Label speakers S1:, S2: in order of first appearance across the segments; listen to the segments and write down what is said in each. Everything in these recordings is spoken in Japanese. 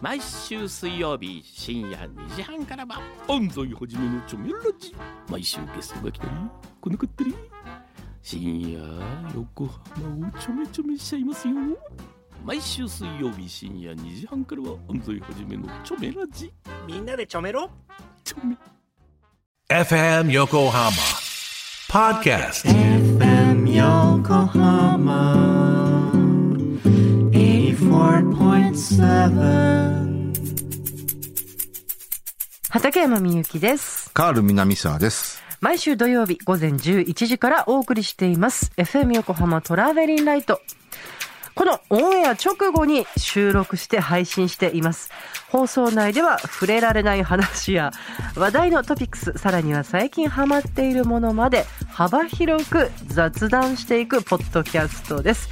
S1: 毎週水曜日深夜2時半からは安西はじめのチョメラジ毎週ゲストが来たり来なかったり深夜横浜をちょめちょめしちゃいますよ毎週水曜日深夜2時半からは安西はじめのチョメラジ
S2: みんなでちょめろ
S1: チョメ
S3: FM Yokohama Podcast.
S4: FM Yokohama 84.7
S5: 畠山みゆきです。
S6: カール南沢です。
S5: 毎週土曜日午前11時からお送りしています。FM 横浜トラベリンライト。このオンエア直後に収録して配信しています。放送内では触れられない話や話題のトピックス、さらには最近ハマっているものまで幅広く雑談していくポッドキャストです。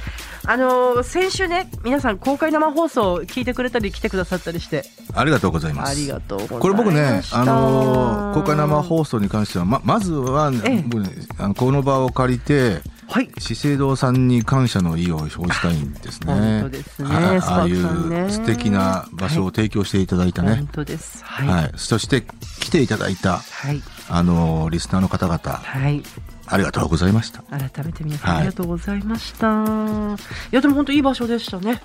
S5: あのー先週ね、皆さん公開生放送聞いてくれたり来てくださったりして、
S6: ありがとうございま
S5: あ
S6: す。
S5: りがとうございました。
S6: これ僕ね、あのー公開生放送に関しては、ま、まずは、
S5: ええ
S6: 僕ね、あのこの場を借りて、
S5: はい。
S6: 資生堂さんに感謝の意を表したいんですね。
S5: 本当ですね
S6: あ
S5: ス
S6: あ
S5: パ
S6: あい
S5: ークさんね
S6: う素敵な場所を提供していただいたね
S5: 本。当です。は。
S6: はいい、
S5: はい。
S6: そして来ていただいた、
S5: はい。
S6: あのーリスナーの方々、ありがとうございました。
S5: 改めて皆さん
S6: はい
S5: ありがとうございました。い、や、でも本当いい場所でしたね。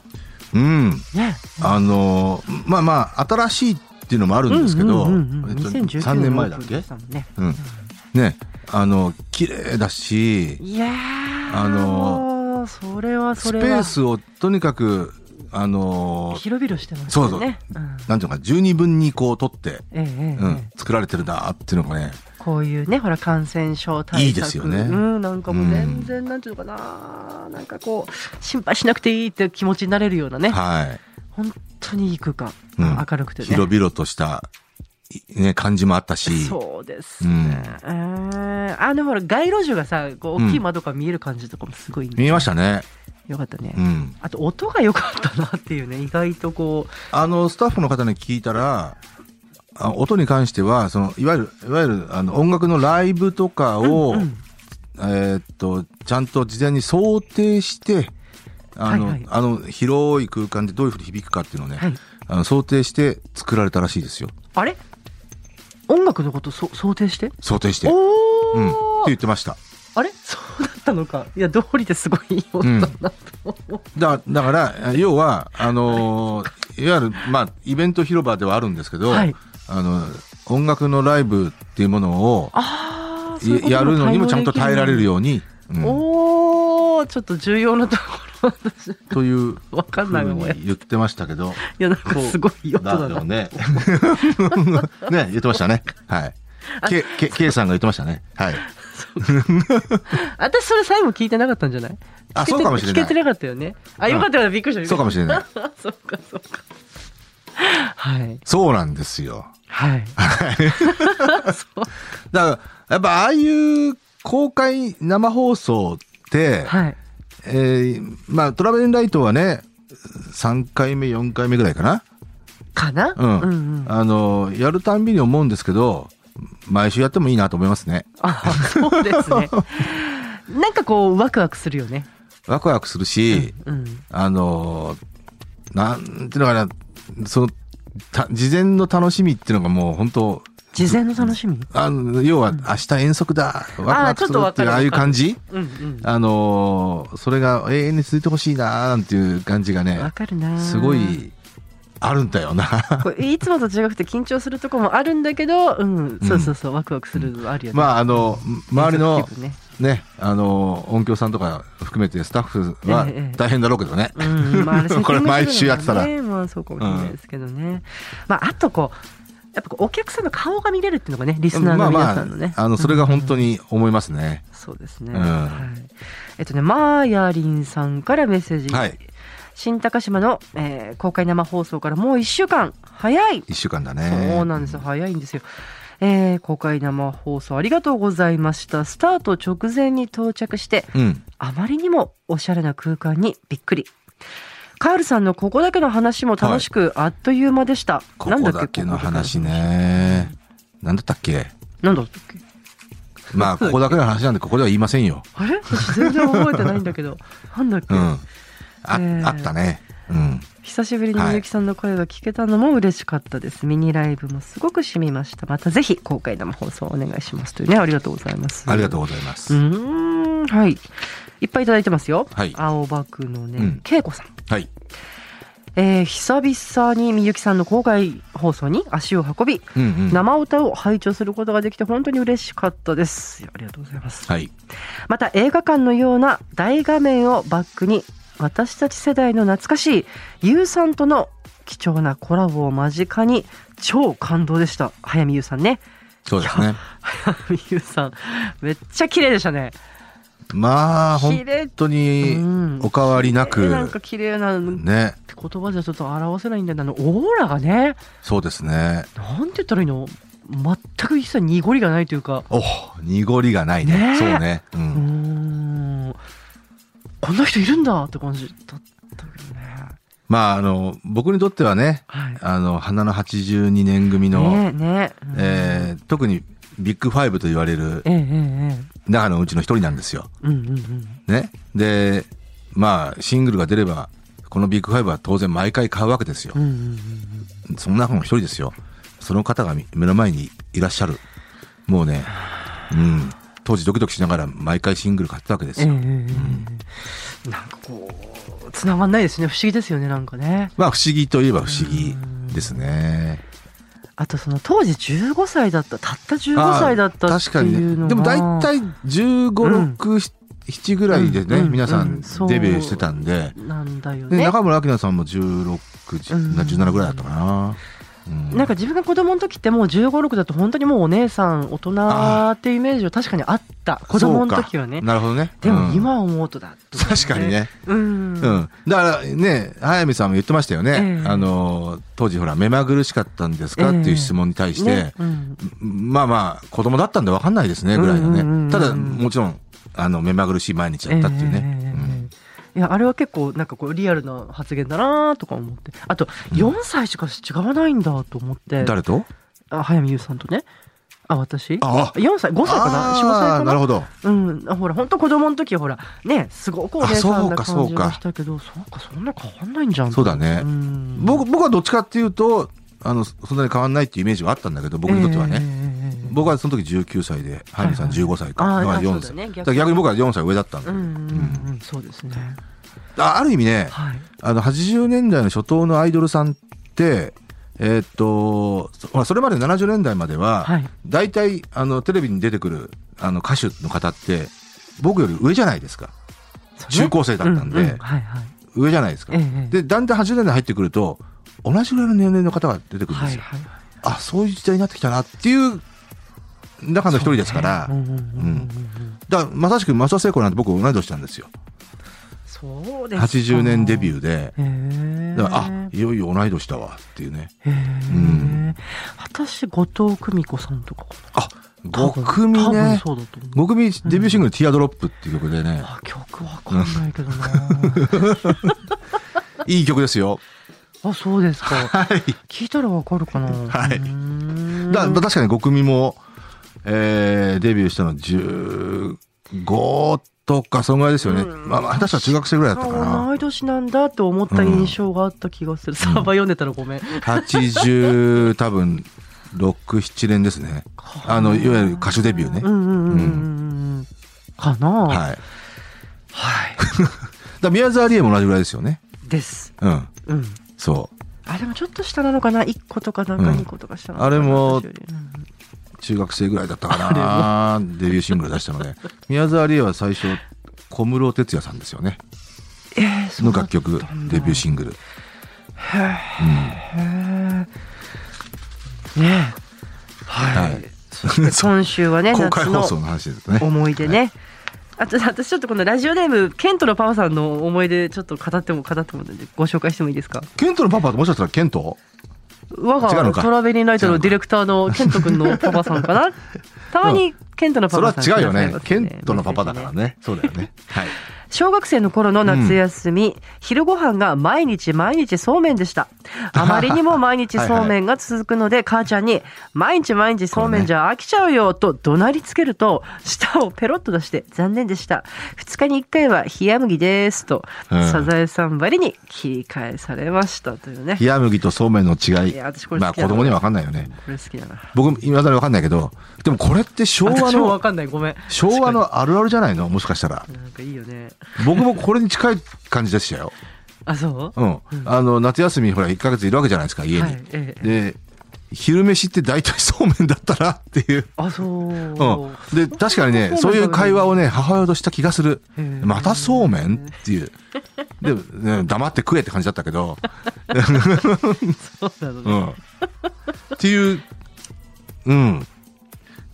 S6: うん。
S5: ね。
S6: あのーまあまあ、新しいっていうのもあるんですけど、えっと3年前だっけ
S5: ね、
S6: うん、ねあの綺麗だし
S5: いやー、
S6: あの
S5: もうそれはそ
S6: スペ
S5: れ
S6: ー
S5: は。
S6: スをとにかくあの
S5: 広々してますね。
S6: そうそう、
S5: ん
S6: なんていうのか十二分にこう取って、
S5: ええええ
S6: うん
S5: ええ
S6: 作られてるなっていうのがね
S5: こういうね、ほら、感染症対策。
S6: いいですよね
S5: うん、なんかもう全然、なんていうのかな、なんかこう、心配しなくていいって気持ちになれるようなね。
S6: は
S5: 本当にいい空間。
S6: い、うん
S5: 明るくてね。
S6: 広々とした、いね、感じもあったし
S5: そうですね。えーあのほら街路樹がさ、こう大きい窓から見える感じとかもすごい、ね
S6: 見えましたね、
S5: よかったね。
S6: うん、
S5: あと音が良かったなっていうね、意外とこ
S6: あのスタッフの方に聞いたらあ音に関してはそのいわゆるいわゆるあの音楽のライブとかを、えーっとちゃんと事前に想定してあの、
S5: はいはい
S6: あの広い空間でどういうふうに響くかっていうのをね、
S5: う、はい、
S6: あの想定して作られたらしいですよ
S5: あれ音楽のことそ想定して
S6: 想定して、
S5: お
S6: うん、って
S5: お、
S6: 言ってました
S5: あれそうだったのか。いや、通りですごいいい音だなと思う。
S6: だだからえ要はあのーいわゆる、まあ、イベント広場ではあるんですけど、
S5: はい
S6: あの音楽のライブっていうものを
S5: ああ、そういうこと
S6: やるのにもちゃんと耐えられる
S5: よ。
S6: ように、うん、
S5: おお、ちょっと重要なところ私い
S6: という
S5: わかんないわ
S6: ふうに言ってましたけど。
S5: や、なんかすごい音だ
S6: だ
S5: な
S6: よ。ね。 ね、言ってましたね。はい。け、け、けいさんが言ってましたね。はい。
S5: 私それ最後聞いてなかったんじゃない
S6: あ
S5: 聞けて
S6: そうかもしれない
S5: 聞けてなかったよねあよかったよかったびっくりした
S6: そうかもしれない。
S5: れない そうかそうかはい
S6: そうなんですよ。
S5: はい
S6: だから、やっぱああいう公開生放送って、
S5: はい
S6: えーまあ、トラベリンライトはね、3回目、4回目ぐらいかな。
S5: かな
S6: うん。
S5: うんうん
S6: あの、やるたんびに思うんですけど、毎週やってもいいなと思いますね。
S5: あそうです ねなんかこうワクワクするよね
S6: ワクワクするし、
S5: うん
S6: あのーなんていうのかな、その、た事前の楽しみっていうのがもう本当、
S5: 事前の楽しみ
S6: あの要は明日遠足だ、ワクワクするっていう、
S5: あーちょっとわかる
S6: ああいう感じ
S5: うんうん
S6: あのーそれが永遠に続いてほしいなーなんていう感じが
S5: わ
S6: ね、
S5: かるな
S6: すごいあるんだよな。
S5: これいつもと違くて緊張するとこもあるんだけどうんそうそうそうワクワクするのあるよね
S6: まあ、あの、周りの
S5: 気分ね
S6: ね、あの、音響さんとか含めてスタッフは
S5: ええええ
S6: 大変だろうけどね。
S5: うんまああ
S6: これ毎週やってたら
S5: セッティングするのもねまあ、そうかもしれないですけどね、まああとこうやっぱこうお客さんの顔が見れるっていうのがねリスナー
S6: ま
S5: の
S6: あ
S5: 皆
S6: ま
S5: さ
S6: あ
S5: んのね、、
S6: あの、それが本当に思いますね。
S5: そうですね、
S6: うん
S5: はい、えっとねマーヤリンさんからメッセージ、
S6: はい
S5: 新高島の、えー公開生放送からもう1週間早い
S6: 一週間だね。
S5: そうなんですよ早いんですよ。えー公開生放送ありがとうございましたスタート直前に到着して
S6: うん。
S5: あまりにもおしゃれな空間にびっくり。カールさんのここだけの話も楽しく、あっという間でした。
S6: ここ
S5: なん
S6: だ
S5: っけ
S6: けの話。ね。なんだったっけ
S5: なんだっけ
S6: まあ、ここだけの話なんで、ここでは言いませんよ。
S5: あれ私全然覚えてないんだけど。なんだっけ、
S6: うん。あ、
S5: えー
S6: あったね。うん。
S5: 久しぶりにみゆきさんの声が聞けたのも嬉しかったです、ミニライブもすごく染みましたまたぜひ公開生放送お願いしますというねありがとうございます
S6: ありがと
S5: う
S6: うございます。
S5: うーんはいいっぱいいただいてますよ、
S6: はい
S5: 青葉区のね、
S6: うん
S5: 恵子さん
S6: はい。
S5: えー久々にみゆきさんの公開放送に足を運び
S6: うんうん。
S5: 生歌を拝聴することができて本当に嬉しかったですありがとうございます
S6: はい。
S5: また映画館のような大画面をバックに私たち世代の懐かしいゆうさんとの貴重なコラボを間近に超感動でした早見優さん ね
S6: そうですね。
S5: 早見優さんめっちゃ綺麗でしたね
S6: まあ、
S5: 綺
S6: 本
S5: 麗
S6: 当に、
S5: ん
S6: おかわりな
S5: えーなん
S6: く、
S5: か綺麗な言
S6: ね。
S5: 葉じゃちょっと表せないんだよねあのオーラがね
S6: そうですね。
S5: なんて言ったらいいの全く一切濁りがないというか
S6: お濁りがない
S5: ね
S6: ね。
S5: え
S6: そうね。う。
S5: うんーんこんな人いるんだって感じだったけどね
S6: まあ、あの、僕にとってはね、
S5: はい
S6: あの、花の82年組の、
S5: ねえねえうん
S6: えー特にビッグファイブと言われる
S5: えええええ
S6: 中のうちの一人なんですよ。
S5: えうんうんうん
S6: ね。で、まあ、シングルが出れば、このビッグファイブは当然毎回買うわけですよ
S5: うんう。んうん
S6: その中の一人ですよ。その方がみ目の前にいらっしゃる。もうね、うん。当時ドキドキしながら毎回シングル買ってたわけで
S5: ええ
S6: すよ。
S5: ええなんかこう繋がんないですね不思議ですよねなんかね
S6: まあ不思議といえば不思議ですね。
S5: あとその当時15歳だったたった
S6: あ
S5: 15
S6: あ
S5: 歳だったって
S6: 確かに
S5: いうの
S6: ね。
S5: が
S6: でも大体15、
S5: うん
S6: 6、7ぐらいで
S5: うん
S6: ね、
S5: うん
S6: 皆さ
S5: うん
S6: ん
S5: そう
S6: デビューしてたんで。
S5: なんだよ
S6: で
S5: ね
S6: 中村明菜さんも16、
S5: うん
S6: 17ぐらいだったかな。うん
S5: なんか自分が子供の時ってもう1 5 6だと本当にもうお姉さん大人っていうイメージは確かにあった子供の時は
S6: そう
S5: ね
S6: かなるほどね。
S5: で
S6: う
S5: も
S6: ん
S5: 今思うとだと
S6: 確かにね。
S5: うん
S6: う
S5: うん
S6: ん、だからね早見さんも言ってましたよね、
S5: ええ
S6: あの当時ほら目まぐるしかったんですかっていう質問に対して、
S5: ねうん
S6: まあまあ子供だったんで分かんないですねぐらいのね、
S5: うんうんうんうん
S6: ただもちろんあの目まぐるしい毎日だったっていうね、
S5: ええ
S6: うん
S5: いやあれは結構なんかこうリアルな発言だなとか思ってあと
S6: うん
S5: 4歳しか違わないんだと思って、
S6: 誰と
S5: あ早見優さんとねあ私
S6: ああ
S5: 4歳5歳かな45歳
S6: あ
S5: か
S6: ー
S5: な
S6: なるほど
S5: うん、あほら本当子供の時はほらねすごくお姉さんな
S6: あそうか
S5: 感
S6: そ
S5: じ
S6: うか
S5: がしたけどそうかそんな変わんないんじゃん
S6: そうだね
S5: ん
S6: 僕僕はどっちかっていうとあのそんなに変わんないっていうイメージはあったんだけど僕にとってはね、
S5: ね
S6: 僕はその時19歳で早見さん15歳か、
S5: あー
S6: だから4
S5: そう
S6: 歳
S5: だね逆に
S6: だから逆に僕は4歳上だったんだ
S5: う
S6: け
S5: ん
S6: ど、
S5: うんうんそうですね
S6: あある意味ね、
S5: はい
S6: あの80年代の初頭のアイドルさんって、えーっとそまあそれまで70年代までは、
S5: はい
S6: 大体あのテレビに出てくるあの歌手の方って僕より上じゃないですか中高生だったん
S5: う
S6: で、
S5: うはいはい
S6: 上じゃないですか、
S5: ええええ
S6: でだんだん80年代に入ってくると同じぐらいの年齢の方が出てくるんで
S5: は
S6: す
S5: い
S6: よ、
S5: はい
S6: あそういう時代になってきたなっていう中の一人ですから、
S5: うんうんうんうんうん
S6: だからまさしく松田聖子なんて僕同い年なんですよ
S5: そうですか
S6: 80年デビューで
S5: へえ
S6: だからあいよいよ同い年だわっていうね
S5: へえ、
S6: ん
S5: 私後藤久美子さんとかか
S6: あ、
S5: な
S6: 5
S5: 多分
S6: 組
S5: 多分
S6: ね。
S5: そうだと思う
S6: 5組デビューシングル、ティアドロップっていう曲でね、
S5: あ曲わかんないけど な
S6: いい曲ですよ。
S5: あそうですか、
S6: はい。
S5: 聞いたらわかるかな
S6: はいう
S5: ーん
S6: だ確かに5組も、えー、デビューしたの15とか、そんぐらいですよね。まあ、私は中学生ぐらいだったか
S5: あ
S6: な。
S5: 同い年なんだと思った印象があった気がする、サーバー読んでたらごめん、
S6: 80、多分、6、7年ですね。あの、いわゆる歌手デビューね。
S5: うんうんうんうんうんかな、
S6: はいい。だ宮沢りえも同じぐらいですよね。
S5: です
S6: うん。
S5: うん
S6: そう。
S5: あでもちょっと下なのかな1個とかなんか
S6: うん
S5: 2個とか下なのかな、
S6: あれも
S5: 私よりうん
S6: 中学生ぐらいだったかなデビューシングル出したので宮沢りえは最初小室哲哉さんですよね
S5: えーそう
S6: の
S5: だっ
S6: 楽
S5: たんだ
S6: 曲デビューシングル
S5: へえねえはい、
S6: はい
S5: そして今週はね
S6: 公開
S5: 夏
S6: 放
S5: の
S6: 送の話ですね
S5: 思い出ねあと私ちょっとこのラジオネームケントのパワさんの思い出ちょっと語っても語ってもらってご紹介してもいいですか
S6: ケントのパパともしかしたらケント
S5: 我
S6: 違う
S5: が
S6: のか
S5: トラベリンライトのディレクターのケント君 のパパさんかなたまにケントの
S6: そ
S5: パ
S6: れ
S5: パ
S6: は
S5: さん
S6: 違うよ
S5: くだ
S6: ね
S5: さいます
S6: ケントのパパだからねそうだよねはい
S5: 小学生の頃の夏休み、昼ご飯が毎日毎日そうめんで した。あまりにも毎日そうめんが続くので、母ちゃんに、毎日毎日そうめんじゃ飽きちゃうよと怒鳴りつけると、舌をペロッと出して残念でした。2日に1回は冷麦ですと、
S6: うん
S5: サザエさんばりに切り替えされましたというね。
S6: 冷麦とそうめんの違い
S5: いや私これ好きだな
S6: まあ子供には分かんないよね
S5: これ好きだな。
S6: 僕も今だに分かんないけどでもこれって昭和
S5: 私も
S6: の
S5: わかんない。ごめん。
S6: 昭和のあるあるじゃないのもしかしたら
S5: なんかいいよね。
S6: 僕もこれに近い感じでしたよ、
S5: あ、そう
S6: うん、あの夏休みほら1ヶ月いるわけじゃないですか家に、
S5: はいええ
S6: で昼飯って大体そうめんだったなっていう
S5: あ、そう。
S6: うん、で確かにねそういう会話をね母親とした気がする
S5: ー
S6: またそうめんっていうで、ね黙って食えって感じだったけど、
S5: そうなの
S6: う
S5: ね。
S6: ん、っていううん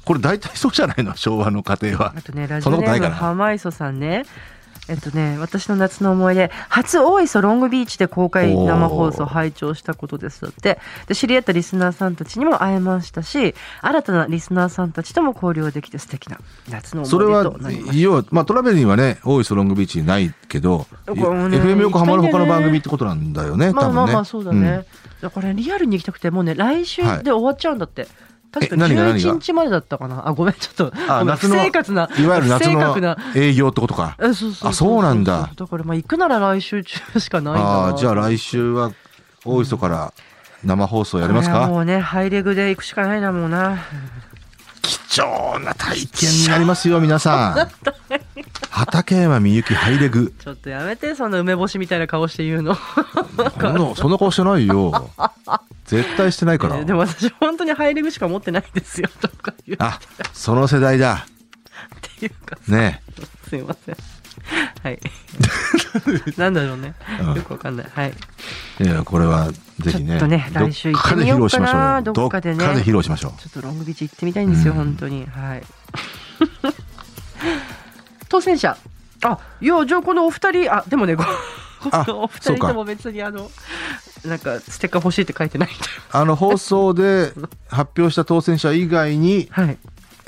S6: これ大体そうじゃないの昭和の家庭は
S5: あとね、ラジ
S6: そ
S5: オ
S6: ん
S5: ネ
S6: なことな
S5: ー
S6: い
S5: ム
S6: か
S5: ハ
S6: な
S5: マイソさんね。えっとね、私の夏の思い出初大磯ロングビーチで公開生放送
S6: おー
S5: 拝聴したことですだってで知り合ったリスナーさんたちにも会えましたし新たなリスナーさんたちとも交流できて素敵な夏の思
S6: それ
S5: い出
S6: は
S5: となりました
S6: 要は、まあ、トラベリンはね大磯ロングビーチにないけど、
S5: これもね
S6: FM 横浜の他の番組
S5: 行きたいんだよね
S6: ってこと
S5: まあ
S6: なんだよね多
S5: まあ
S6: 分ね
S5: まあそうだね、これリアルに行きたくてもうね来週で終わっちゃうんだって、確か
S6: え何が何が
S5: 11日までだったかなあごめんちょっと
S6: あ
S5: ごめん
S6: 夏の
S5: 不正確な
S6: うんいわゆる夏
S5: 不正確な
S6: の営業ってことか
S5: えそうそう
S6: あそうなんだ
S5: だからまあ行くなら来週中しかないんだな
S6: ああじゃあ来週は大磯から生放送やります
S5: これはも
S6: か
S5: うねハイレグで行くしかないなもうな
S6: 貴重な体験になりますよ皆 さん畠山みゆきハイレグ
S5: ちょっとやめてその梅干しみたいな顔して言うの
S6: そんなそんな顔してないよ絶対してないから、
S5: でも私本当にハイレグしか持ってないんですよとか言うっ
S6: あその世代だ
S5: ていうか
S6: ね
S5: すいません はいなんだろうねよくわかんないはい
S6: えいやこれはぜひね
S5: ちょっとね来週行ってみようかな
S6: どっかで
S5: どっかでね
S6: 披露しましょうよ披露しましょう
S5: ちょっとロングビーチ行ってみたいんですよ、
S6: うん
S5: 本当に。はい。 当選者。あ、いや、じゃあこのお二人、あ、でもね、こ
S6: あ
S5: このお
S6: そ
S5: 二
S6: う
S5: 人
S6: か
S5: とも別にあの、なんかステッカー欲しいって書いてないんだよ。
S6: あの放送で発表した当選者以外 に、
S5: はい。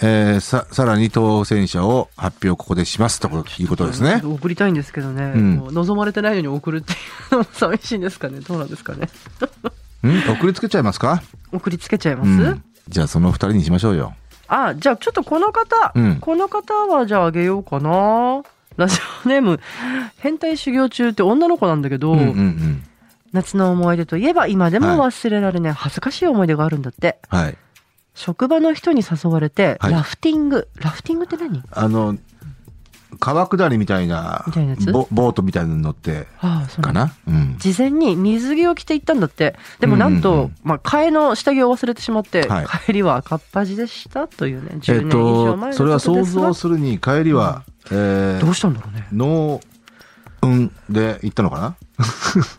S6: えーささらに当選者を発表ここでしますということですね
S5: 送りたいんですけどね、
S6: うん
S5: もう望まれてないのに送るっていうのも寂しいんですかね。どうなんですかね。
S6: ん送りつけちゃいますか
S5: 送りつけちゃいます、
S6: うん、じゃあその二人にしましょうよ
S5: あ、じゃあちょっとこの方、
S6: うん
S5: この方はじゃああげようかな。ラジオネーム、変態修行中って女の子なんだけど、
S6: うんうんうん
S5: 夏の思い出といえば今でも忘れられない恥ずかしい思い出があるんだって、
S6: はい
S5: 職場の人に誘われて
S6: はい
S5: ラフティング、ラフティングって何あ
S6: あの川下りみたいな
S5: みたいなやつ
S6: ボボートみたいなのに乗って
S5: あそうな
S6: か
S5: んだ
S6: な、うん、
S5: 事前に水着を着て行ったんだってでもなんと、
S6: うんうんうん
S5: まあ、替えの下着を忘れてしまって、
S6: はい
S5: 帰りは赤っ端でしたというね
S6: え
S5: 10年
S6: っ
S5: 以上
S6: と
S5: 前の
S6: それは想像
S5: す
S6: するに帰りは、えー
S5: どうしたんだろうね
S6: 農運で行ったのかな
S5: そ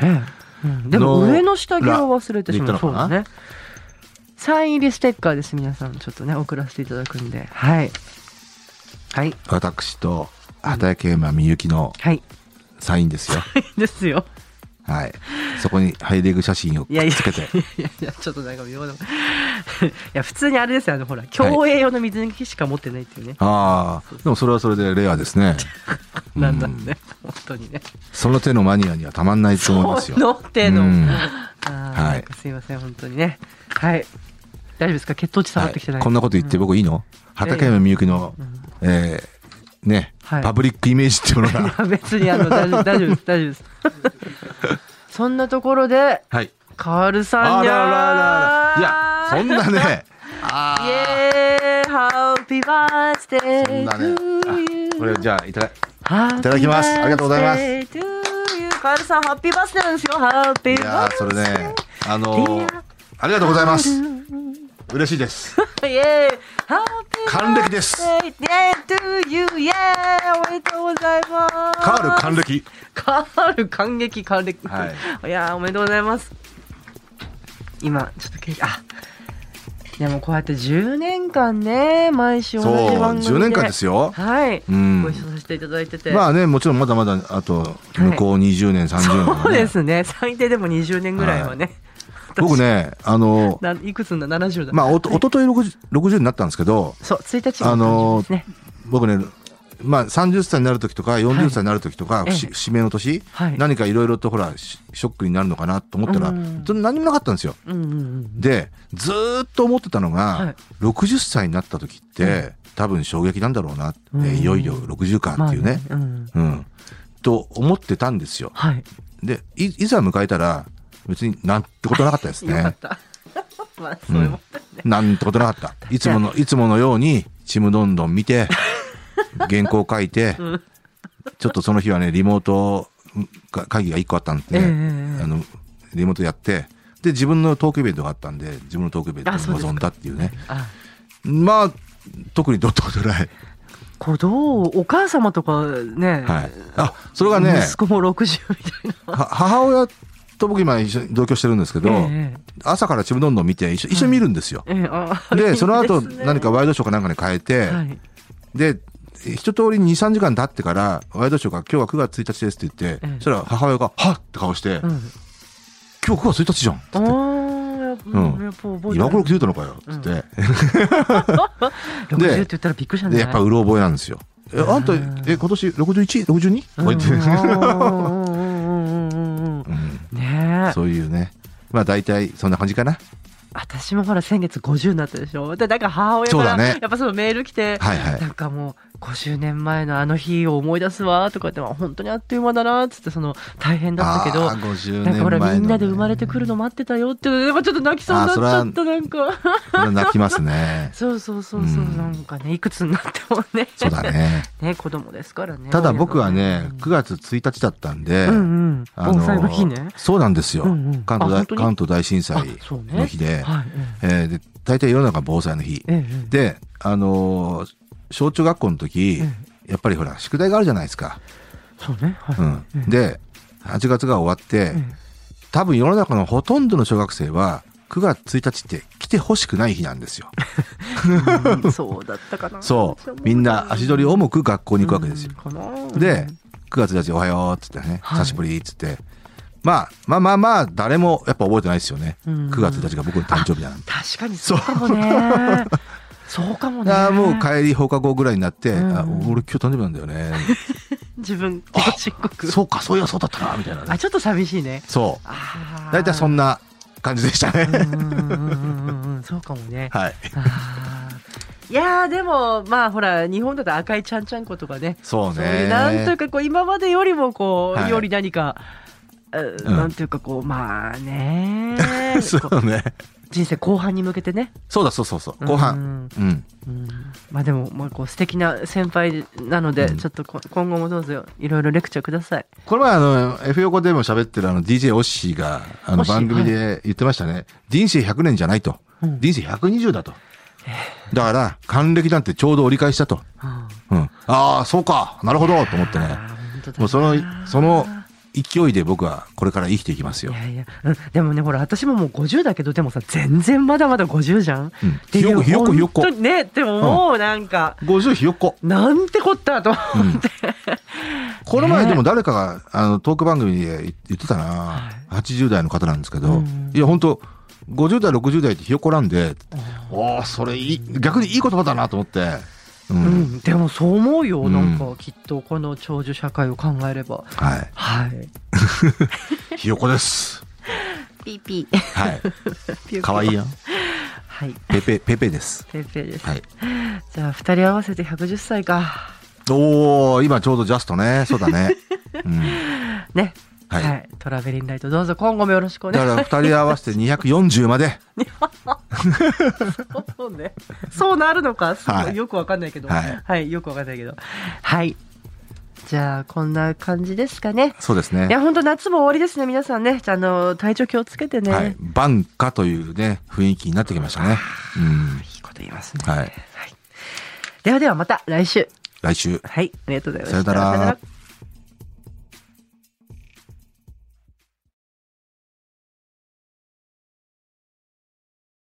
S5: うね、うん、でも
S6: の
S5: 上の下着を忘れてしまった
S6: で行
S5: そ
S6: っ
S5: う
S6: たのかな
S5: だねサイン入りステッカーです皆さんちょっとね送らせていただくんではいはい
S6: 私と畠山みゆきの
S5: はい
S6: サインです よ、
S5: ですよ
S6: はいそこにハイレグ写真をく
S5: いやい
S6: っ
S5: や
S6: つけて
S5: いやいや、ちょっとなんか妙 な。いや、普通にあれですよ、あの、ほら、競泳用の水着しか持ってないっていうね。
S6: ああでもそれはそれでレアですね
S5: なんだ
S6: う
S5: ろうね、 本当にね。
S6: その手のマニアにはたまんないと思いますよ
S5: 乗っての。
S6: うん
S5: あー
S6: はい
S5: なんかすいません、本当にね。はい。大丈夫ですか血糖値下がってきてない。
S6: こんなこと言って僕いいの畠山みゆきの、えーね、
S5: はい
S6: パブリックイメージっていうの が
S5: いや別に、あの、 大丈夫、大丈夫です、大丈夫です。 そんなところで、
S6: はい
S5: カールさ
S6: あ
S5: んじゃ
S6: ららららいやそん
S5: な。
S6: な ね
S5: イエーイ !Happy
S6: そん
S5: birthday
S6: なね
S5: to you!
S6: これじゃあいただ
S5: い
S6: いただきますありがとうございます。
S5: カエルさん、ハッピーバースデーなんですよ。ハッピ
S6: い
S5: ー
S6: や
S5: バ
S6: ー
S5: ー
S6: そ
S5: ス
S6: れ
S5: デ
S6: ね
S5: ー。
S6: あのーありがとうございます嬉しいです
S5: イエーイ。ハッピー
S6: 還暦です
S5: バースデー to you. イエーイ。おめでとうございます。
S6: カール 還暦
S5: カール感激還暦。、
S6: はい
S5: やーおめでとうござ います。今ちょっとけあ。でもこうやって10年間ね毎週同
S6: そう
S5: じ番組で
S6: 10年間ですよ
S5: はい、
S6: うん
S5: ご一緒させていただいてて、
S6: まあねもちろんまだまだあと向こう20年、30年、ね、
S5: そうですね最低でも20年ぐらいはね、
S6: 僕ねあの
S5: ないくつな70だ
S6: まあおとおととい 60, 60になったんですけど
S5: そう1日
S6: あ
S5: の誕生日
S6: の
S5: ですね、
S6: 僕ねまあ、30歳になる時とか40歳になる時とか、
S5: ええ
S6: 節節目の年、
S5: はい
S6: 何かいろいろとほらシショックになるのかなと思ったら、
S5: うん
S6: それ何もなかったんですよ。
S5: うんうんうん
S6: でずーっと思ってたのが、
S5: はい
S6: 60歳になった時って、多分衝撃なんだろうな、
S5: うん
S6: えいよいよ60かっていうね,、
S5: まあうん
S6: うん、と思ってたんですよ。
S5: はい。
S6: でいいざ迎えたら別になんてことなかったで す
S5: よか
S6: ね
S5: っ。た。まあ、そういうもんだよね。
S6: なんてことな かった。いつもの、いつものように、ちむどんどん見て、原稿書いて、ちょっとその日はね、リモートが会議が1個あったんで、
S5: ええ
S6: あの、リモートやって、で、自分のトークイベントがあったんで、自分のトークイベント
S5: あそう
S6: に
S5: ですか
S6: 臨んだっていうね。
S5: あ
S6: まあ、特にどうってことない。
S5: こうどうお母様とかね、
S6: はい。あ、それがね、
S5: 息子も60みたいな。
S6: は母親と僕今一緒に同居してるんですけど、
S5: え
S6: 朝からちむどんどん見て、一緒一緒に見るんですよ。
S5: えええあ
S6: で、その後
S5: いいですね
S6: 何かワイドショーかなんかに変えて、
S5: はい、
S6: で、一通り2、3時間経ってから、ワイドショーが今日は9月1日ですって言って、
S5: うん
S6: そしたら母親が、はっって顔して、
S5: うん、
S6: 今日9月1日じゃんって言って、
S5: ああ、
S6: うん
S5: やっぱ覚えてる
S6: 今頃気づいたのかよって言って、
S5: 60って言ったらびっくりしたん
S6: で、
S5: じ
S6: や
S5: ゃ
S6: っ
S5: ない
S6: ぱうろ覚えなんですよ。え、あんた、え、今年 61?62? とか言って、
S5: うんうんうんうんうんうんうん
S6: うん
S5: ねえ
S6: そういうね。まあ大体そんな感じかな。
S5: 私もほら先月50になったでしょでなんか母親
S6: そう
S5: から
S6: だね
S5: やっぱそのメール来て、
S6: はいはい
S5: なんかもう50年前のあの日を思い出すわとか言って本当にあっという間だなっつってその大変だったけど
S6: あー50
S5: なんかほら
S6: 年前のね
S5: みんなで生まれてくるの待ってたよってでもちょっと泣きそうになっちゃったなんか。
S6: これは泣きますね
S5: そうそうそうそう、
S6: うん
S5: なんかねいくつになってもね
S6: そうだね。
S5: ね子供ですからね
S6: ただ僕はね
S5: う、ん
S6: 9月1日だったんで、
S5: うんうん
S6: あの
S5: 盆栽の日ね
S6: そうなんですよ。
S5: うんうん
S6: 関東
S5: あ本
S6: 大
S5: 当に
S6: 関東大震
S5: あ
S6: 災
S5: そうね
S6: の日で、
S5: はい
S6: えーで大体世の中防災の日。
S5: ええええ
S6: で、あのー小中学校の時、
S5: うん
S6: やっぱりほら、宿題があるじゃないですか。
S5: そうねはい、
S6: うん。で、8月が終わって、
S5: え
S6: 多分世の中のほとんどの小学生は、9月1日って来てほしくない日なんですよ。
S5: えうんそうだったかな
S6: そう。みんな足取り重く学校に行くわけですよ。
S5: うんかな
S6: で、9月1日おはようっつってね、
S5: はい
S6: 久しぶりっつって。まあ、まあまあまあ、誰もやっぱ覚えてないですよね。
S5: うん
S6: 9月1日が僕の誕生日だなんて。
S5: 確かにそうかも ねそうかもね
S6: ああ、もう帰り放課後ぐらいになって、
S5: ん
S6: あ俺今日誕生日なんだ よね。
S5: 自分自己申告
S6: そうか、そういや、そうだったな、みたいなね
S5: あ。ちょっと寂しいね
S6: そう。
S5: あー
S6: 大体 そんな感じでしたね。
S5: うんうんうんうんうんそうかもね
S6: はい。
S5: あーいやーでもまあほら日本だと赤いちゃんちゃんことかね
S6: そう
S5: そういうなんという
S6: ね。
S5: かこう今までよりもこう、
S6: はい
S5: より何か、えー
S6: うん
S5: なんというかこうまあね
S6: そ
S5: こう
S6: うね。
S5: 人生後半に向けてね
S6: そうだ、そうそうそう。後半。うん。
S5: うんうんまあでもまあこう素敵な先輩なので、
S6: うん
S5: ちょっとこ今後もどうぞいろいろレクチャーください
S6: この前、あの、F 横でも喋ってるあの、DJ オッシーが、あ
S5: オッ
S6: の、
S5: シー
S6: 番組で言ってましたね。人生100年じゃないと。
S5: うん
S6: 人生120だと。だから、還暦なんてちょうど折り返したと。
S5: あ
S6: うん。ああ、そうか。なるほど。と思って
S5: ー
S6: ね。
S5: 本当だな
S6: もうその、その勢いで僕はこれから生きていきますよ
S5: い。やいや、うんでもね、ほら、私ももう50だけど、でもさ、全然まだまだ50じゃん。
S6: うん
S5: っていう
S6: ひよこひよこ
S5: 本当にね、でももうなんか、
S6: 50ひよっこ。
S5: なんてこったと思 って。
S6: この前でも誰かが、あの、トーク番組で言言ってた
S5: は
S6: な。80代の方なんですけど、
S5: うん
S6: いや、本当50代、60代ってひよっこなんで、おおそれいい、逆にいい言葉だなと思って。
S5: う
S6: う。
S5: んん、でもそう思うよ、
S6: うん
S5: なんかきっとこの長寿社会を考えれば
S6: は
S5: はい
S6: い。ひよっこです。
S5: ピーピ
S6: はい。
S5: ー
S6: かわいい
S5: い
S6: やん。
S5: はい
S6: ペペ、ペペです。
S5: ペーペーです、
S6: はい。
S5: じゃあ二人合わせて110歳か
S6: おお今ちょうどジャストね。そう だね。うん。
S5: ね
S6: はい
S5: トラベリンライトどうぞ今後もよろしくお
S6: だ
S5: 願いし
S6: から二人合わせて240まで。
S5: ますそうねそうなるのかすごい、
S6: はい
S5: よくわかんないけど
S6: はい
S5: よくわかんないけどはいじゃあこんな感じですかね
S6: そうです
S5: いや
S6: ね。
S5: 本当夏も終わりですね皆さんねじゃああの体調気をつけてね、
S6: はいい。晩夏というね、雰囲気になってきましたね。うん。
S5: いこと言いますね
S6: はい。
S5: ではではまた来週
S6: 来週。
S5: はい、ありがとうございま
S6: さ
S5: し
S6: よ
S5: た。
S6: なら